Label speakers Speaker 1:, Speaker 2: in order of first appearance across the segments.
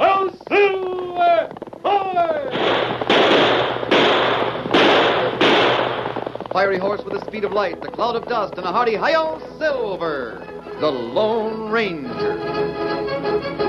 Speaker 1: Oh, silver! Boy!
Speaker 2: Fiery horse with the speed of light, the cloud of dust, and a hearty hi-yo silver. The Lone Ranger.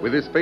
Speaker 2: With his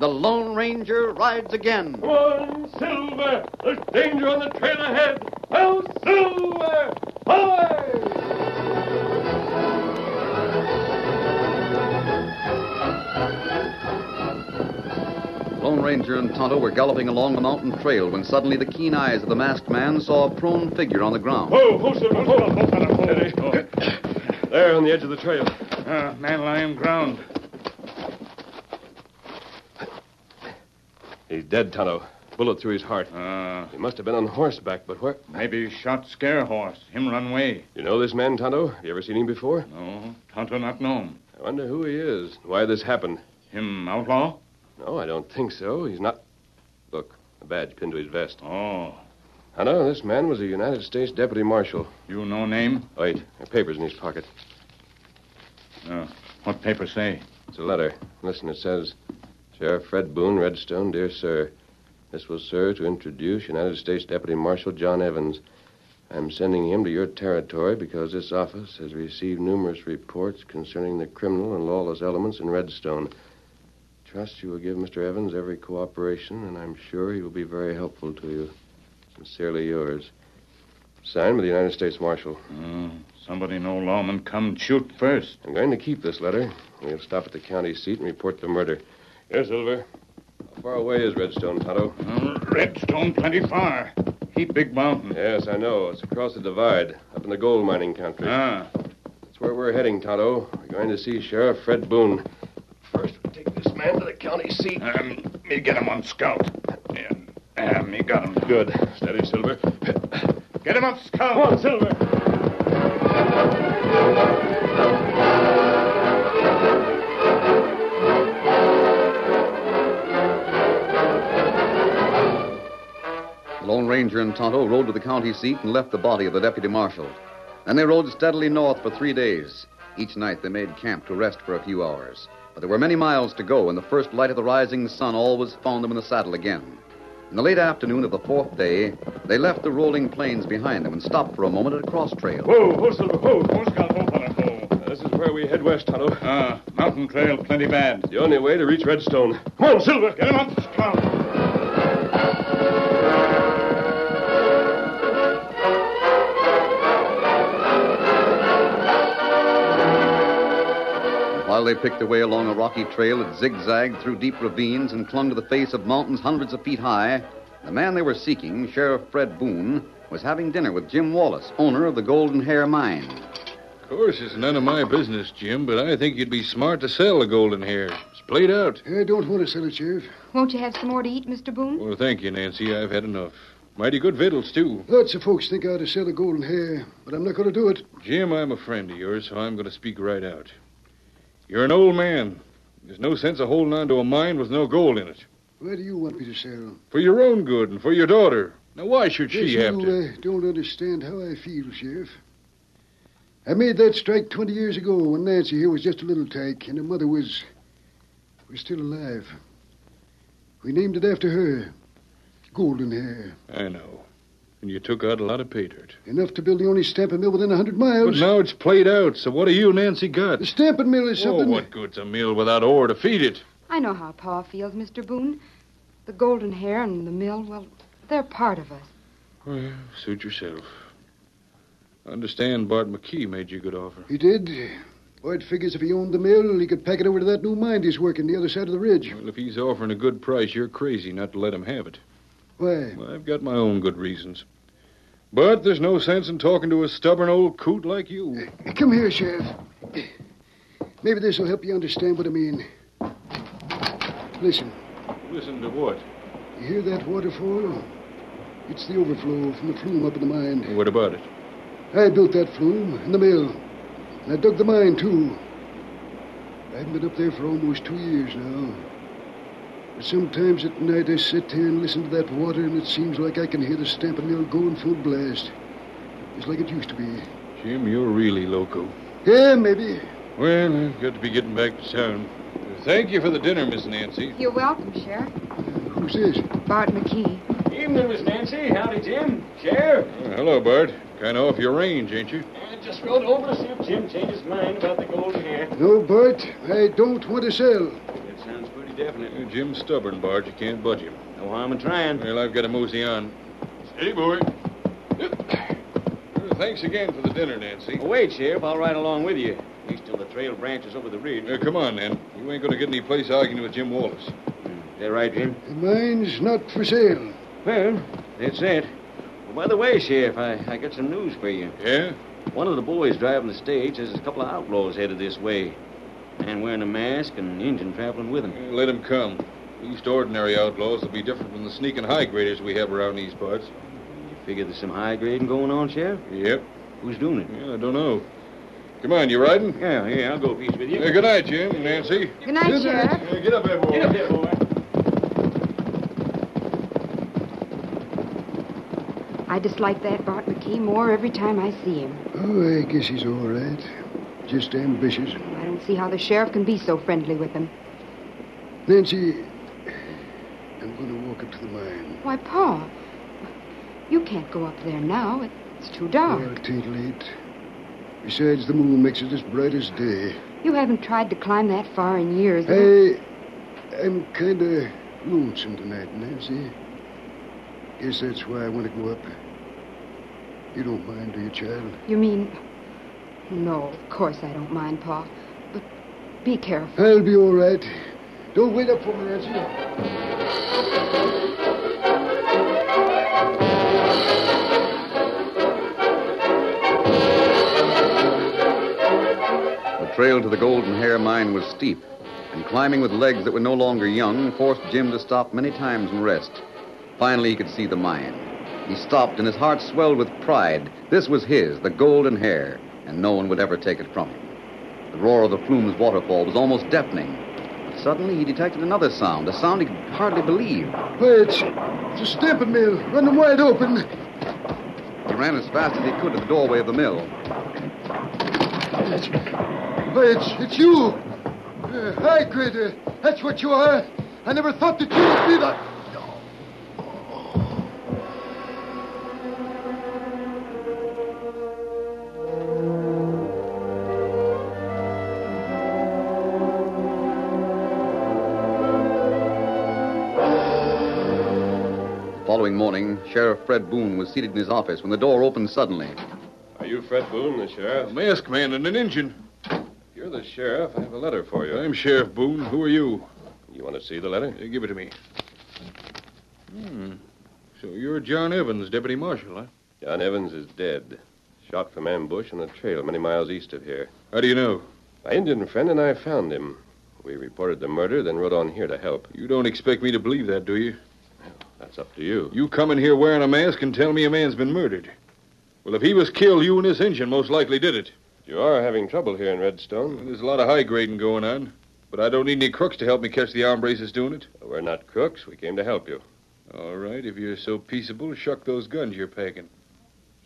Speaker 2: The Lone Ranger rides again.
Speaker 1: Come on, silver! There's danger on the trail ahead! Oh, silver! Boy!
Speaker 2: Lone Ranger and Tonto were galloping along the mountain trail when suddenly the keen eyes of the masked man saw a prone figure on the ground.
Speaker 1: Oh, oh, silver! Oh, oh, oh, oh. There, he- there on the edge of the trail.
Speaker 3: Uh, man lying ground.
Speaker 1: He's dead, Tonto. Bullet through his heart.
Speaker 3: Uh,
Speaker 1: He must have been on horseback, but where?
Speaker 3: maybe shot scare horse. Him run away.
Speaker 1: You know this man, Tonto? You ever seen him before?
Speaker 3: No, Tonto not know him.
Speaker 1: I wonder who he is, and why this happened.
Speaker 3: Him outlaw?
Speaker 1: No, I don't think so. He's not. Look, a badge pinned to his vest.
Speaker 3: Oh,
Speaker 1: Tonto, this man was a United States deputy marshal. Oh,
Speaker 3: you know name?
Speaker 1: Wait, there are papers in his pocket.
Speaker 3: Uh, what paper say?
Speaker 1: It's a letter. Listen, it says, Sheriff Fred Boone, Redstone, dear sir, this will serve to introduce United States Deputy Marshal John Evans. I'm sending him to your territory because this office has received numerous reports concerning the criminal and lawless elements in Redstone. Trust you will give Mr. Evans every cooperation, and I'm sure he will be very helpful to you. Sincerely yours. Signed by the United States Marshal.
Speaker 3: Uh, somebody know lawman come shoot first.
Speaker 1: I'm going to keep this letter. We'll stop at the county seat and report the murder. Here, Silver. How far away is Redstone, Tonto?
Speaker 3: Uh, Redstone plenty far. He big mountain.
Speaker 1: Yes, I know. It's across the divide, up in the gold mining country.
Speaker 3: Ah,
Speaker 1: That's where we're heading, Tonto. We're going to see Sheriff Fred Boone. First, we'll take this man to the county seat.
Speaker 3: um, me get him on scout. Yeah, yeah, me got him.
Speaker 1: Good. Steady, Silver.
Speaker 3: Get him up, scout. Come on, Silver.
Speaker 2: The Lone Ranger and Tonto rode to the county seat and left the body of the deputy marshal. Then they rode steadily north for three days. Each night they made camp to rest for a few hours. But there were many miles to go, and the first light of the rising sun always found them in the saddle again. In the late afternoon of the fourth day, they left the rolling plains behind them and stopped for a moment at a cross trail.
Speaker 1: Whoa, whoa, Silver, whoa.
Speaker 3: Who's got hope on a hole?
Speaker 1: Uh, This is where we head west, Tonto.
Speaker 3: Ah, mountain trail plenty bad.
Speaker 1: The only way to reach Redstone. Come on, Silver!
Speaker 3: Get him up, Scout.
Speaker 2: While they picked their way along a rocky trail that zigzagged through deep ravines and clung to the face of mountains hundreds of feet high, the man they were seeking, Sheriff Fred Boone, was having dinner with Jim Wallace, owner of the Golden Hair Mine.
Speaker 4: Of course, it's none of my business, Jim, but I think you'd be smart to sell the golden hair. It's played out.
Speaker 5: I Eh, don't want to sell it, Sheriff.
Speaker 6: Won't you have some more to eat, Mr. Boone?
Speaker 4: Well, thank you, Nancy. I've had enough. Mighty good victuals, too.
Speaker 5: Lots of folks think I ought to sell the golden hair, but I'm not going to do it.
Speaker 4: Jim, I'm a friend of yours, so I'm going to speak right out. You're an old man. There's no sense of holding on to a mine with no gold in it.
Speaker 5: Why do you want me to sell?
Speaker 4: For your own good and for your daughter. Now, why should she
Speaker 5: Yes,
Speaker 4: have
Speaker 5: you,
Speaker 4: to?
Speaker 5: uh, don't understand how I feel, Sheriff. I made that strike 20 years ago when Nancy here was just a little tyke and her mother was. was still alive. We named it after her Golden Hair.
Speaker 4: I know. And you took out a lot of pay dirt.
Speaker 5: Enough to build the only stamping mill within a 100
Speaker 4: But
Speaker 5: miles.
Speaker 4: now it's played out, so what do you, Nancy, got?
Speaker 5: The stamping mill is
Speaker 4: Oh,
Speaker 5: something.
Speaker 4: what good's a meal without ore to feed it?
Speaker 6: I know how Pa feels, Mr. Boone. The golden hair and the mill, well, they're part of us.
Speaker 4: Well, suit yourself. I understand Bart McKee made you a good offer.
Speaker 5: He did. Boyd figures if he owned the mill, he could pack it over to that new mine he's working the other side of the ridge.
Speaker 4: Well, if he's offering a good price, you're crazy not to let him have it.
Speaker 5: Why?
Speaker 4: Well, I've got my own good reasons. But there's no sense in talking to a stubborn old coot like you.
Speaker 5: Come here, Sheriff. Maybe this will help you understand what I mean. Listen,
Speaker 4: Listen to what?
Speaker 5: you hear that waterfall? It's the overflow from the flume up in the mine.
Speaker 4: What about it?
Speaker 5: I built that flume and the mill. And I dug the mine, too. I haven't been up there for almost two years now. But sometimes at night I sit there and listen to that water, and it seems like I can hear the stamping mill going full blast. Just like it used to be.
Speaker 4: Jim, you're really loco.
Speaker 5: Yeah, maybe.
Speaker 4: Well, I've got to be getting back to town. Thank you for the dinner, Miss Nancy.
Speaker 6: You're welcome, Sheriff.
Speaker 5: Who's this?
Speaker 6: Bart McKee.
Speaker 7: Evening, Miss Nancy. Howdy, Jim. Sheriff.
Speaker 4: Well, hello, Bart. Kind of off your range, ain't you?
Speaker 7: I just rode over to see if Jim changed his mind about the golden hair.
Speaker 5: No, Bart, I don't want to sell.
Speaker 7: That sounds pretty definite.
Speaker 4: Uh, Jim's stubborn, Bart. You can't budge him.
Speaker 7: No harm in trying.
Speaker 4: Well, I've got to mosey on. Hey, boy. Uh, Thanks again for the dinner, Nancy.
Speaker 7: Oh, wait, Sheriff. I'll ride along with you. At least till the trail branches over the ridge.
Speaker 4: Uh, come on, then. You ain't going to get any place arguing with Jim Wallace.
Speaker 7: Is that right, Jim?
Speaker 5: The mine's not for sale.
Speaker 7: Well, that's it. Well, by the way, Sheriff, I, I got some news for you.
Speaker 4: Yeah?
Speaker 7: One of the boys driving the stage has a couple of outlaws headed this way. Man wearing a mask and an engine traveling with
Speaker 4: Uh,
Speaker 7: him.
Speaker 4: Let him come. Least ordinary outlaws will be different from the sneaking high graders we have around these parts.
Speaker 7: You figure there's some high grading going on, Sheriff?
Speaker 4: Yep.
Speaker 7: Who's doing it?
Speaker 4: Yeah, I don't know. Come on, you riding?
Speaker 7: Yeah, yeah, I'll go a piece with you.
Speaker 4: Uh, good night, Jim, Nancy.
Speaker 6: Good night, Sheriff.
Speaker 4: Uh, get up there, boy.
Speaker 7: Get up there, boy.
Speaker 6: I dislike that Bart McKee more every time I see him.
Speaker 5: Oh, I guess he's all right. Just ambitious.
Speaker 6: I don't see how the sheriff can be so friendly with him.
Speaker 5: Nancy, I'm going to walk up to the mine.
Speaker 6: Why, Pa, you can't go up there now. It's too dark.
Speaker 5: Well, tain't late. Besides, the moon makes it as bright as day.
Speaker 6: You haven't tried to climb that far in years. and
Speaker 5: I, I'm kind of lonesome tonight, Nancy. Guess that's why I want to go up. You don't mind, do you, child?
Speaker 6: You mean. No, of course I don't mind, Pa. But be careful.
Speaker 5: I'll be all right. Don't wait up for me, Nancy.
Speaker 2: The trail to the Golden Hair Mine was steep, and climbing with legs that were no longer young forced Jim to stop many times and rest. Finally, he could see the mine. He stopped, and his heart swelled with pride. This was his, the Golden Hair, and no one would ever take it from him. The roar of the Flume's waterfall was almost deafening. But suddenly, he detected another sound, a sound he could hardly believe.
Speaker 5: Wait, it's, it's a stamping mill. Run them wide open.
Speaker 2: He ran as fast as he could to the doorway of the mill.
Speaker 5: Why, it's, it's you. Uh, hi, Grader. That's what you are. I never thought that you would be the...
Speaker 2: following morning, Sheriff Fred Boone was seated in his office when the door opened suddenly.
Speaker 1: Are you Fred Boone, the
Speaker 4: A
Speaker 1: sheriff?
Speaker 4: masked man and an engine.
Speaker 1: You're the sheriff. I have a letter for you.
Speaker 4: I'm Sheriff Boone. Who are you?
Speaker 1: You want to see the letter?
Speaker 4: Uh, give it to me. Hmm. So you're John Evans, deputy marshal, huh?
Speaker 1: John Evans is dead. Shot from ambush on a trail many miles east of here.
Speaker 4: How do you know?
Speaker 1: My Indian friend and I found him. We reported the murder, then rode on here to help.
Speaker 4: You don't expect me to believe that, do you?
Speaker 1: That's up to you.
Speaker 4: You come in here wearing a mask and tell me a man's been murdered. Well, if he was killed, you and this engine most likely did it.
Speaker 1: You are having trouble here in Redstone.
Speaker 4: There's a lot of high grading going on, but I don't need any crooks to help me catch the hombres that's doing it.
Speaker 1: We're not crooks. We came to help you.
Speaker 4: All right, if you're so peaceable, shuck those guns you're packing.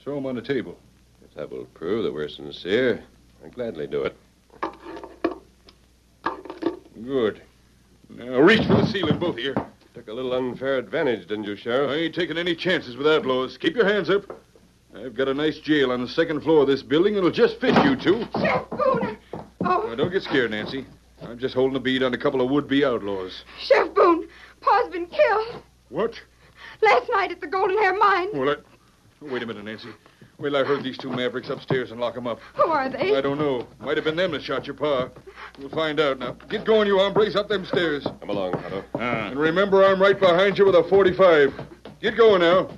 Speaker 4: Throw 'em on the table.
Speaker 1: If that will prove that we're sincere, I'd gladly do it.
Speaker 4: Good. Now reach for the ceiling, both of you.
Speaker 1: Took a little unfair advantage, didn't you, Sheriff?
Speaker 4: I ain't taking any chances with outlaws. Keep your hands up. I've got a nice jail on the second floor of this building. It'll just fit you two.
Speaker 6: Sheriff Boone! Oh,
Speaker 4: Now, don't get scared, Nancy. I'm just holding a bead on a couple of would-be outlaws.
Speaker 6: Sheriff Boone, Pa's been killed
Speaker 4: What?
Speaker 6: last night at the Golden Hair Mine.
Speaker 4: Well, I... Oh, Wait a minute, Nancy. Well, I heard these two mavericks upstairs and lock 'em up.
Speaker 6: Who are they?
Speaker 4: I don't know. Might have been them that shot your pa. We'll find out now. Get going, you hombres, up them stairs.
Speaker 1: Come along, Tonto.
Speaker 3: Ah.
Speaker 4: And remember, I'm right behind you with a 45. Get going now.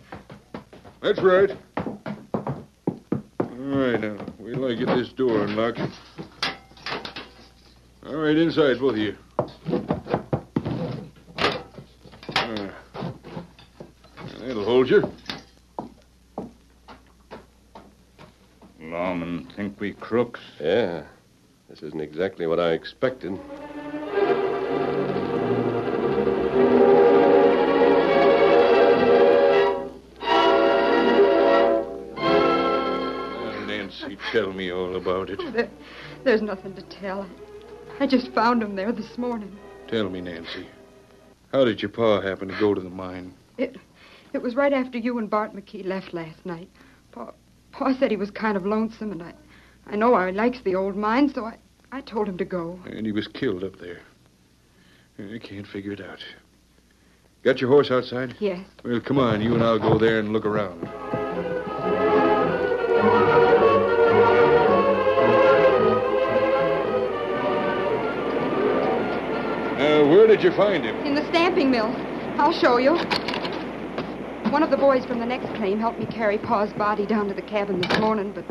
Speaker 4: That's right. All right, now. Wait till I get this door unlocked. All right, inside, both of you. Ah. That'll hold you.
Speaker 3: Lawmen think we crooks.
Speaker 1: Yeah. This isn't exactly what I expected.
Speaker 4: Now, Nancy, tell me all about it.
Speaker 6: There- there's nothing to tell. I just found him there this morning.
Speaker 4: Tell me, Nancy. How did your pa happen to go to the mine?
Speaker 6: It was right after you and Bart McKee left last night. Pa, pa said he was kind of lonesome, and I, I know I likes the old mine, so I, I told him to go.
Speaker 4: And he was killed up there. I can't figure it out. Got your horse outside?
Speaker 6: Yes.
Speaker 4: Well, come on. You and I'll go there and look around. Uh, where did you find him?
Speaker 6: In the stamping mill. I'll show you. One of the boys from the next claim helped me carry Pa's body down to the cabin this morning, but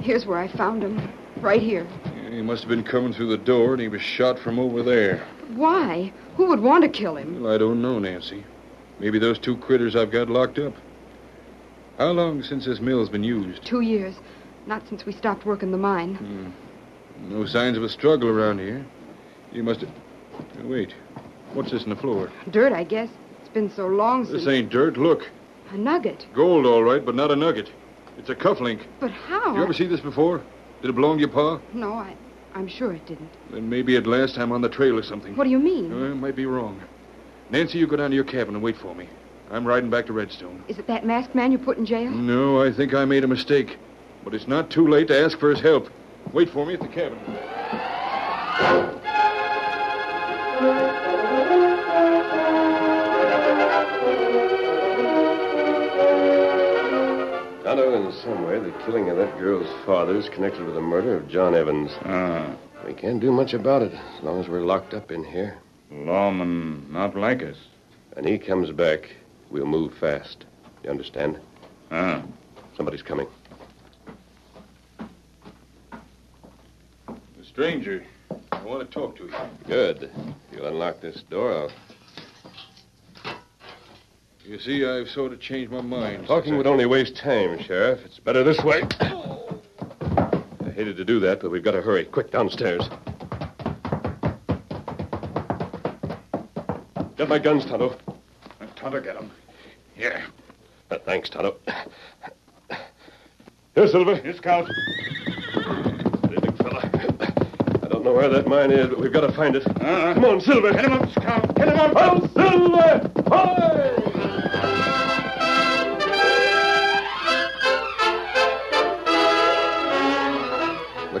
Speaker 6: here's where I found him. Right here.
Speaker 4: He must have been coming through the door, and he was shot from over there.
Speaker 6: Why? Who would want to kill him?
Speaker 4: Well, I don't know, Nancy. Maybe those two critters I've got locked up. How long since this mill's been used?
Speaker 6: Two years. Not since we stopped working the mine.
Speaker 4: No signs of a struggle around here. You must have. Wait. What's this on the floor?
Speaker 6: Dirt, I guess. It's been so long since.
Speaker 4: This ain't dirt. Look.
Speaker 6: A nugget.
Speaker 4: Gold, all right, but not a nugget. It's a cufflink.
Speaker 6: But how?
Speaker 4: You ever see this before? Did it belong to your pa?
Speaker 6: No, I, I'm sure it didn't.
Speaker 4: Then maybe at last I'm on the trail or something.
Speaker 6: What do you mean?
Speaker 4: I might be wrong. Nancy, you go down to your cabin and wait for me. I'm riding back to Redstone.
Speaker 6: Is it that masked man you put in jail?
Speaker 4: No, I think I made a mistake. But it's not too late to ask for his help. Wait for me at the cabin.
Speaker 1: Tonto, in some way, the killing of that girl's father is connected with the murder of John Evans.
Speaker 3: Ah,
Speaker 1: We can't do much about it as long as we're locked up in here.
Speaker 3: lawmen not like us.
Speaker 1: When he comes back, we'll move fast. You understand?
Speaker 3: Ah,
Speaker 1: Somebody's coming.
Speaker 4: The stranger. I want to talk to you.
Speaker 1: Good. If you'll unlock this door, I'll...
Speaker 4: You see, I've sort of changed my mind.
Speaker 1: Talking would only waste time, Sheriff. It's better this way. I hated to do that, but we've got to hurry. Quick, downstairs. Get my guns, Tonto.
Speaker 3: Tonto get him. Here.
Speaker 1: Uh, thanks, Tonto. Here, Silver.
Speaker 3: Here, Scout.
Speaker 1: Hey, big fella. I don't know where that mine is, but we've got to find it.
Speaker 3: Uh-uh.
Speaker 1: Come on, Silver.
Speaker 3: Get him up, Scout. Get him up.
Speaker 1: Oh, Silver! Hoy!
Speaker 2: The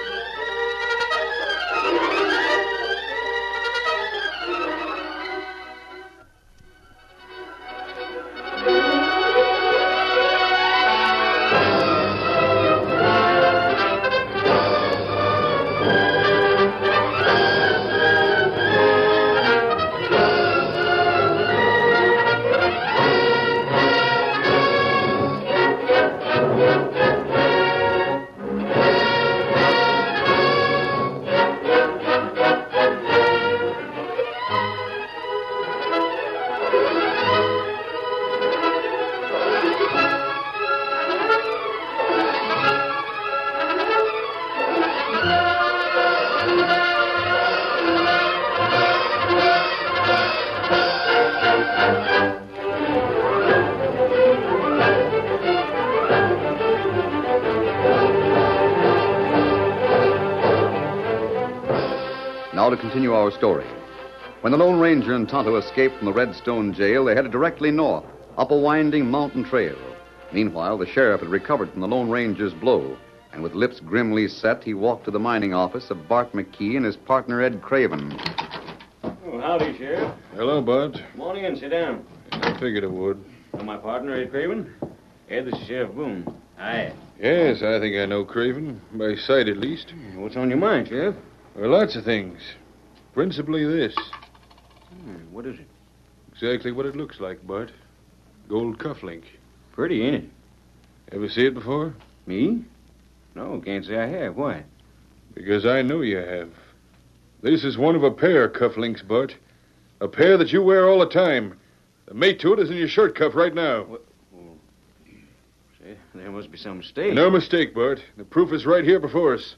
Speaker 2: Now to continue our story. When the Lone Ranger and Tonto escaped from the Redstone jail, they headed directly north, up a winding mountain trail. Meanwhile, the sheriff had recovered from the Lone Ranger's blow, and with lips grimly set, he walked to the mining office of Bart McKee and his partner Ed Craven.
Speaker 7: Oh, howdy, Sheriff.
Speaker 4: Hello, Bud.
Speaker 7: Come on in, sit down.
Speaker 4: I figured it would.
Speaker 7: Now, my partner, Ed Craven. Ed, this is Sheriff Boone. Aye.
Speaker 4: Yes, I think I know Craven, by sight at least.
Speaker 7: What's on your mind, Sheriff?
Speaker 4: Well, lots of things. Principally this.
Speaker 7: Hmm, what is it?
Speaker 4: Exactly what it looks like, Bart. Gold cufflink.
Speaker 7: Pretty, ain't it?
Speaker 4: Ever see it before?
Speaker 7: Me? No, can't say I have. Why?
Speaker 4: Because I know you have. This is one of a pair of cufflinks, Bart. A pair that you wear all the time. The mate to it is in your shirt cuff right now.
Speaker 7: Say, there must be some mistake.
Speaker 4: No mistake, Bart. The proof is right here before us.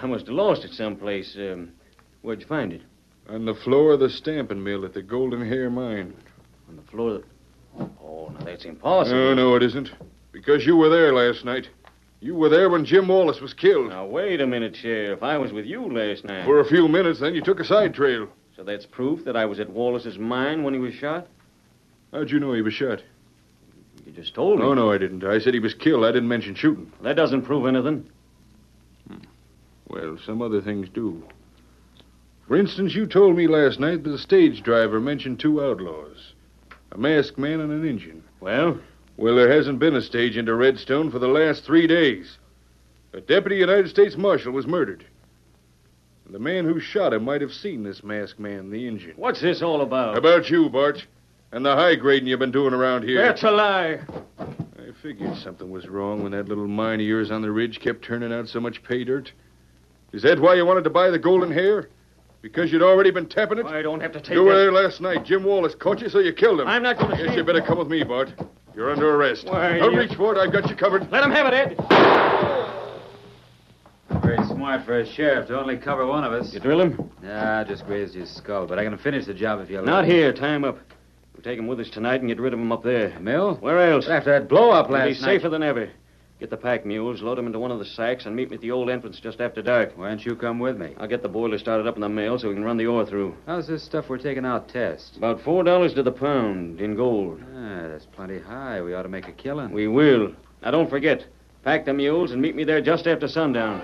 Speaker 7: I must have lost it someplace. Um, where'd you find it?
Speaker 4: On the floor of the stamping mill at the Golden Hair Mine.
Speaker 7: On the floor. Of the... Oh, now that's impossible.
Speaker 4: No, no, it isn't. Because you were there last night. You were there when Jim Wallace was killed.
Speaker 7: Now wait a minute, Sheriff. I was with you last night.
Speaker 4: For a few minutes, then you took a side trail.
Speaker 7: So that's proof that I was at Wallace's mine when he was shot.
Speaker 4: How'd you know he was shot? Oh,
Speaker 7: You just told me.
Speaker 4: No, no, I didn't. I said he was killed. I didn't mention shooting. Hmm.
Speaker 7: That doesn't prove anything.
Speaker 4: Well, some other things do. For instance, you told me last night that the stage driver mentioned two outlaws a masked man and an Indian.
Speaker 7: Well,
Speaker 4: Well, there hasn't been a stage into Redstone for the last three days. A deputy United States Marshal was murdered. And the man who shot him might have seen this masked man, the Indian.
Speaker 7: what's this all about?
Speaker 4: About you, Bart, and the high grading you've been doing around here.
Speaker 7: That's a lie.
Speaker 4: I figured something was wrong when that little mine of yours on the ridge kept turning out so much pay dirt. Is that why you wanted to buy the golden hair? Because you'd already been tapping it?
Speaker 7: I don't have to take
Speaker 4: you were
Speaker 7: that-
Speaker 4: there last night. Jim Wallace caught you, so you killed him.
Speaker 7: I'm not going to.
Speaker 4: Yes, you better come with me, Bart. You're under arrest.
Speaker 7: Why,
Speaker 4: Don't
Speaker 7: you-
Speaker 4: reach for it. I've got you covered.
Speaker 7: Let him have it, Ed. Very smart for a sheriff to only cover one of us. You drill him?
Speaker 8: Nah, I just grazed his skull, but I can finish the job if you
Speaker 7: Not here. Tie him up. We'll take him with us tonight and get rid of him up there.
Speaker 8: Mill?
Speaker 7: Where else?
Speaker 8: After that blow up
Speaker 7: We'll
Speaker 8: last
Speaker 7: be
Speaker 8: night.
Speaker 7: safer than ever. Get the pack mules, load them into one of the sacks, and meet me at the old entrance just after dark.
Speaker 8: Why don't you come with me?
Speaker 7: I'll get the boiler started up in the mill so we can run the ore through.
Speaker 8: How's this stuff we're taking out test?
Speaker 7: About four dollars to the pound in gold.
Speaker 8: Ah, that's plenty high. We ought to make a killing.
Speaker 7: We will. Now don't forget, pack the mules and meet me there just after sundown.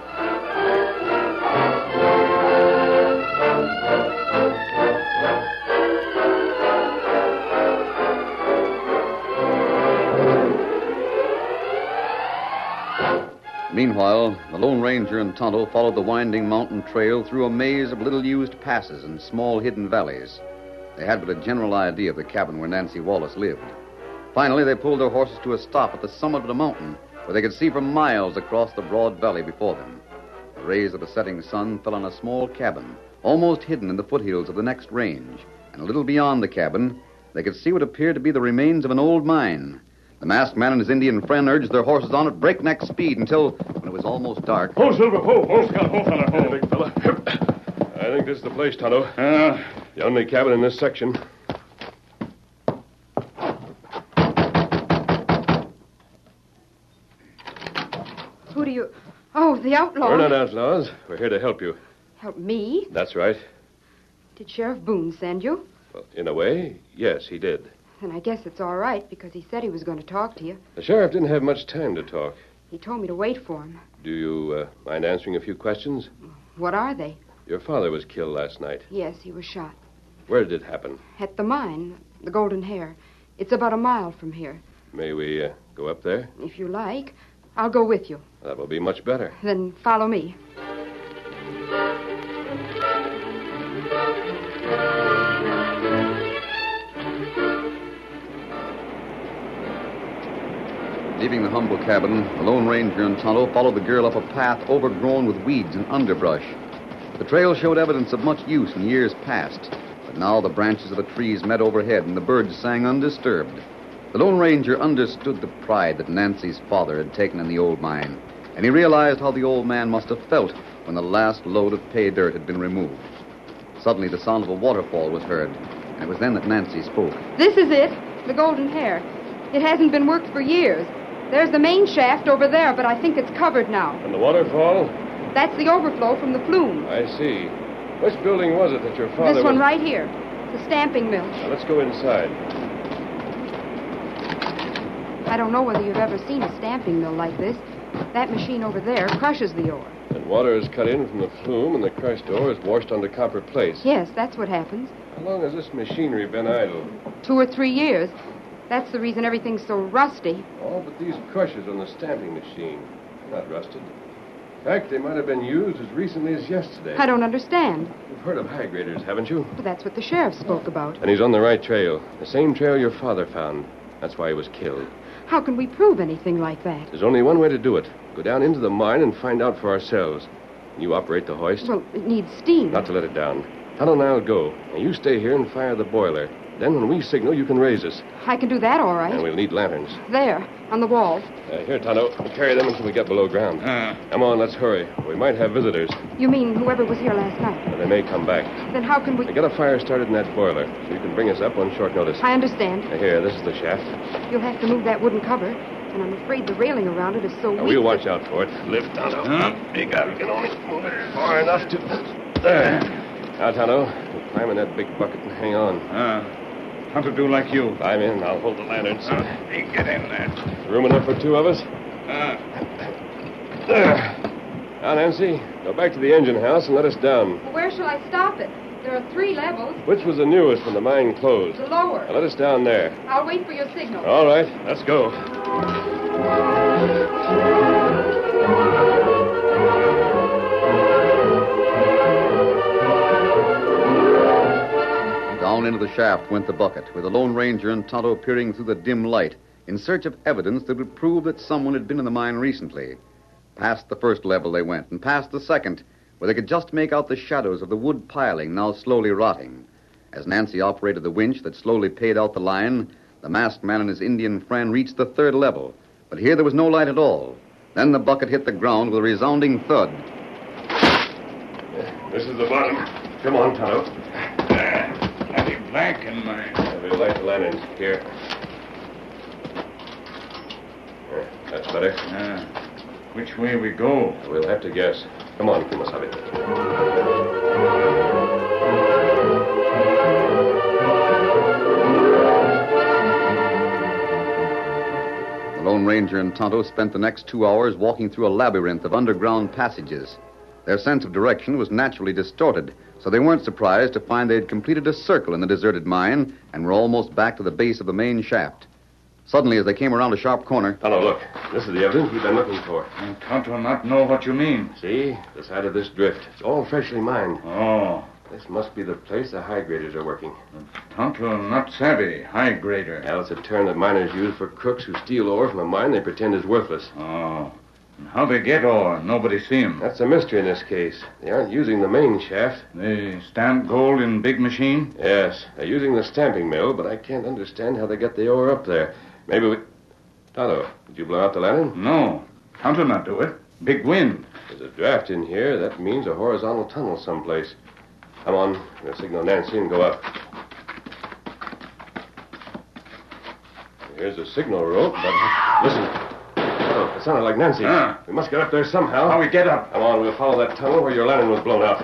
Speaker 2: Meanwhile, the Lone Ranger and Tonto followed the winding mountain trail through a maze of little used passes and small hidden valleys. They had but a general idea of the cabin where Nancy Wallace lived. Finally, they pulled their horses to a stop at the summit of the mountain, where they could see for miles across the broad valley before them. The rays of the setting sun fell on a small cabin, almost hidden in the foothills of the next range, and a little beyond the cabin, they could see what appeared to be the remains of an old mine. The masked man and his Indian friend urged their horses on at breakneck speed until, when it was almost dark,
Speaker 3: Ho, Silver, ho, ho, Scout, ho, fella, ho.
Speaker 1: Big fella. I think this is the place, Tonto.
Speaker 3: Uh,
Speaker 1: The only cabin in this section.
Speaker 6: Who do you. Oh, the outlaw.
Speaker 1: We're not outlaws. We're here to help you.
Speaker 6: Help me?
Speaker 1: That's right.
Speaker 6: Did Sheriff Boone send you?
Speaker 1: Well, in a way, yes, he did.
Speaker 6: Then I guess it's all right because he said he was going to talk to you.
Speaker 1: The sheriff didn't have much time to talk.
Speaker 6: He told me to wait for him.
Speaker 1: Do you uh, mind answering a few questions?
Speaker 6: What are they?
Speaker 1: Your father was killed last night.
Speaker 6: Yes, he was shot.
Speaker 1: Where did it happen?
Speaker 6: At the mine, the Golden Hare. It's about a mile from here.
Speaker 1: May we uh, go up there?
Speaker 6: If you like, I'll go with you.
Speaker 1: That will be much better.
Speaker 6: Then follow me.
Speaker 2: Leaving the humble cabin, the Lone Ranger and Tonto followed the girl up a path overgrown with weeds and underbrush. The trail showed evidence of much use in years past, but now the branches of the trees met overhead and the birds sang undisturbed. The Lone Ranger understood the pride that Nancy's father had taken in the old mine, and he realized how the old man must have felt when the last load of pay dirt had been removed. Suddenly, the sound of a waterfall was heard, and it was then that Nancy spoke.
Speaker 6: This is it, the golden hair. It hasn't been worked for years. There's the main shaft over there, but I think it's covered now.
Speaker 1: And the waterfall?
Speaker 6: That's the overflow from the flume.
Speaker 1: I see. Which building was it that your
Speaker 4: Oh,
Speaker 1: father
Speaker 6: This one
Speaker 1: was...
Speaker 6: right here, the stamping mill.
Speaker 1: Now, let's go inside.
Speaker 6: I don't know whether you've ever seen a stamping mill like this. That machine over there crushes the ore.
Speaker 1: And water is cut in from the flume, and the crushed ore is washed onto copper plates.
Speaker 6: Yes, that's what happens.
Speaker 1: How long has this machinery been idle?
Speaker 6: Two or three years. That's the reason everything's so rusty.
Speaker 1: All but these crushers on the stamping machine. They're Not rusted. In fact, they might have been used as recently as yesterday.
Speaker 6: I don't understand.
Speaker 1: You've heard of high graders, haven't you?
Speaker 6: But that's what the sheriff spoke about.
Speaker 1: And he's on the right trail. The same trail your father found. That's why he was killed.
Speaker 6: How can we prove anything like that?
Speaker 1: There's only one way to do it. Go down into the mine and find out for ourselves. You operate the hoist.
Speaker 6: Well, it needs steam.
Speaker 1: Not to let it down. Tonto and I'll go. Now you stay here and fire the boiler. Then when we signal, you can raise us.
Speaker 6: I can do that all right.
Speaker 1: And we'll need lanterns.
Speaker 6: There, on the wall.
Speaker 1: Uh, here, Tonto. Carry them until we get below ground. Come on, let's hurry. We might have visitors,
Speaker 6: You mean whoever was here last night?
Speaker 1: but they may come back.
Speaker 6: Then how can
Speaker 1: Now
Speaker 6: we.
Speaker 1: get a fire started in that boiler so you can bring us up on short notice.
Speaker 6: I understand.
Speaker 1: Now, Here, this is the shaft.
Speaker 6: You'll have to move that wooden cover, and I'm afraid the railing around it is so
Speaker 1: Now,
Speaker 6: weak.
Speaker 1: we'll watch out for it. Lift, Tonto. Big up. You can only move it far enough to... There. Now, Tonto, you climb in that big bucket and hang on.
Speaker 3: Uh, how to do like you.
Speaker 1: Climb in. I'll hold the lanterns.
Speaker 3: Uh, you get in there.
Speaker 1: Room enough for two of us?
Speaker 3: Uh,
Speaker 1: There. Now, Nancy, go back to the engine house and let us down.
Speaker 6: Where shall I stop it? There are three levels.
Speaker 1: Which was the newest when the mine closed?
Speaker 6: The
Speaker 1: Now,
Speaker 6: lower.
Speaker 1: let us down there.
Speaker 6: I'll wait for your signal.
Speaker 1: All right, let's go.
Speaker 2: Down into the shaft went the bucket, with the Lone Ranger and Tonto peering through the dim light in search of evidence that would prove that someone had been in the mine recently. Past the first level they went, and past the second, where they could just make out the shadows of the wood piling now slowly rotting. As Nancy operated the winch that slowly paid out the line, the masked man and his Indian friend reached the third level, but here there was no light at all. Then the bucket hit the ground with a resounding thud.
Speaker 1: This is the bottom. Come on, Tonto.
Speaker 3: uh, bloody black in my.
Speaker 1: We'll light the lanterns. Here. Yeah, That's better.
Speaker 3: Uh, which way we go?
Speaker 1: We'll have to guess. Come on, Kumasabi.
Speaker 2: The Lone Ranger and Tonto spent the next two hours walking through a labyrinth of underground passages. Their sense of direction was naturally distorted, so they weren't surprised to find they had completed a circle in the deserted mine and were almost back to the base of the main shaft. Suddenly, as they came around a sharp corner,
Speaker 1: Tonto, look. This is the evidence we've been looking for.
Speaker 3: I can't to not know what you mean.
Speaker 1: See? The side of this drift. It's all freshly mined.
Speaker 3: Oh,
Speaker 1: This must be the place the high graders are working.
Speaker 3: Tonto not savvy, high grader.
Speaker 1: Now, it's a term that miners use for crooks who steal ore from a mine they pretend is worthless.
Speaker 3: Oh, and how they get ore? Nobody see 'em.
Speaker 1: That's a mystery in this case. They aren't using the main shaft.
Speaker 3: They stamp gold in big machine.
Speaker 1: Yes, they're using the stamping mill, but I can't understand how they get the ore up there. Maybe we. Tonto, did you blow out the lantern?
Speaker 3: No, Tonto not do it. Big wind.
Speaker 1: There's a draft in here. That means a horizontal tunnel someplace. Come on, we'll signal Nancy and go up. Here's the signal rope, but listen. Tonto, it sounded like Nancy.
Speaker 3: Huh?
Speaker 1: We must get up there somehow.
Speaker 3: How we get up?
Speaker 1: Come on, we'll follow that tunnel where your lantern was blown out.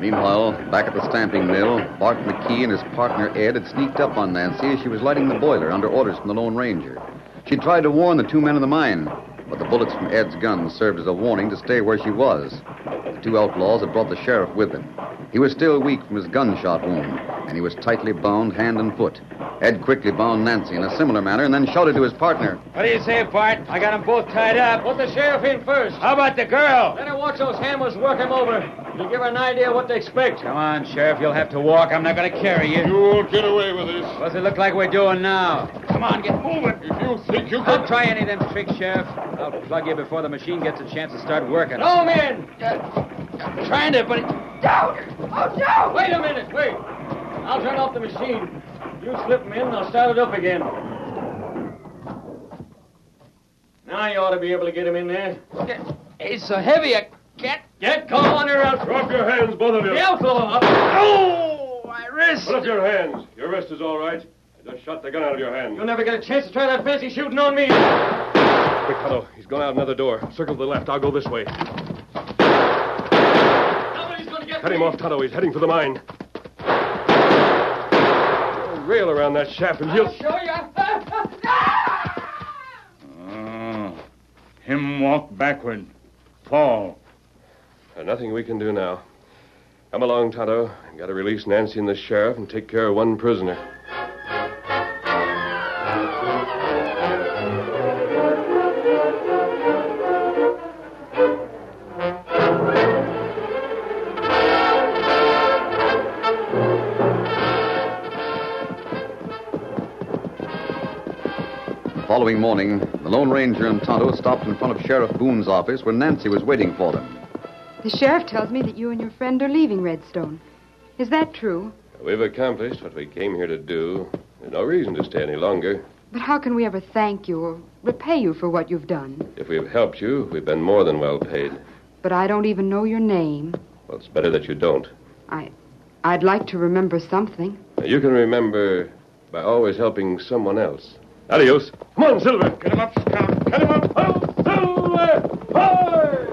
Speaker 2: meanwhile, oh, back at the stamping mill, Bart McKee and his partner Ed had sneaked up on Nancy as she was lighting the boiler under orders from the Lone Ranger. She tried to warn the two men in the mine, but the bullets from Ed's gun served as a warning to stay where she was. The two outlaws had brought the sheriff with them. He was still weak from his gunshot wound, and he was tightly bound hand and foot. Ed quickly bound Nancy in a similar manner and then shouted to his partner.
Speaker 4: What do you say, Bart? I got them both tied up. Put the sheriff in first. How about the girl? Let her watch those hammers work him over. It'll give her an idea what to expect. Come on, Sheriff. You'll have to walk. I'm not going to carry you.
Speaker 9: You won't get away with this.
Speaker 4: What does it look like we're doing now? Come on, get moving.
Speaker 9: If you think you
Speaker 4: Don't
Speaker 9: can.
Speaker 4: try any of them tricks, Sheriff. I'll plug you before the machine gets a chance to start working. No, man. I'm trying to, but it... Down! Oh, down! Wait a minute. Wait. I'll turn off the machine. You slip them in, and I'll start it up again. Now you ought to be able to get him in there. It's so heavy, I can't... Get going or else...
Speaker 9: Drop your hands, both of you.
Speaker 4: The outlaw! Oh, my wrist!
Speaker 9: Put up your hands. Your wrist is all right. I just shot the gun out of your hand.
Speaker 4: You'll never get a chance to try that fancy shooting on me.
Speaker 9: Quick, fellow. He's gone out another door. Circle to the left. I'll go this way.
Speaker 4: Nobody's gonna get
Speaker 9: Cut him off, Tonto. He's heading for the mine. Put a Rail around that shaft and he'll.
Speaker 4: show you.
Speaker 10: Oh, him walk backward. Fall.
Speaker 1: There's Uh, nothing we can do now. Come along, Tonto. I've got to release Nancy and the sheriff and take care of one prisoner.
Speaker 2: The following morning, the Lone Ranger and Tonto stopped in front of Sheriff Boone's office where Nancy was waiting for them.
Speaker 6: The sheriff tells me that you and your friend are leaving Redstone. Is that true?
Speaker 1: We've accomplished what we came here to do. There's no reason to stay any longer.
Speaker 6: But how can we ever thank you or repay you for what you've done?
Speaker 1: If we've helped you, we've been more than well paid.
Speaker 6: But I don't even know your name.
Speaker 1: Well, it's better that you don't.
Speaker 6: I'd like to remember something.
Speaker 1: Now, You can remember by always helping someone else. Adios. Come on, Silver. Get him up, Scout. Get him up. Ho, Silver. Hoy!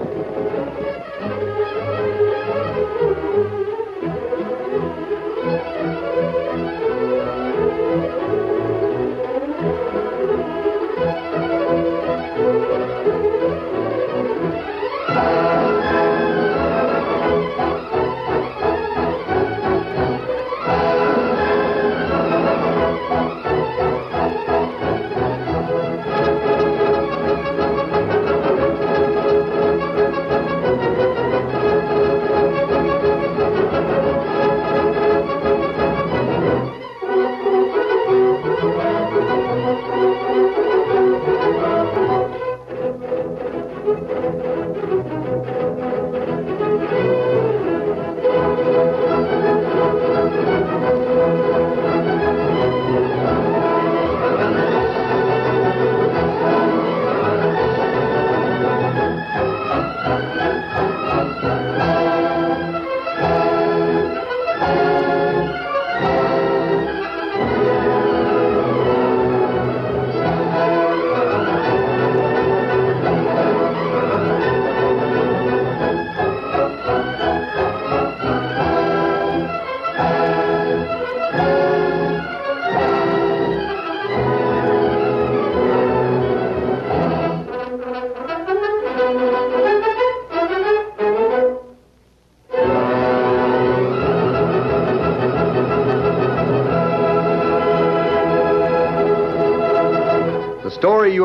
Speaker 2: The story you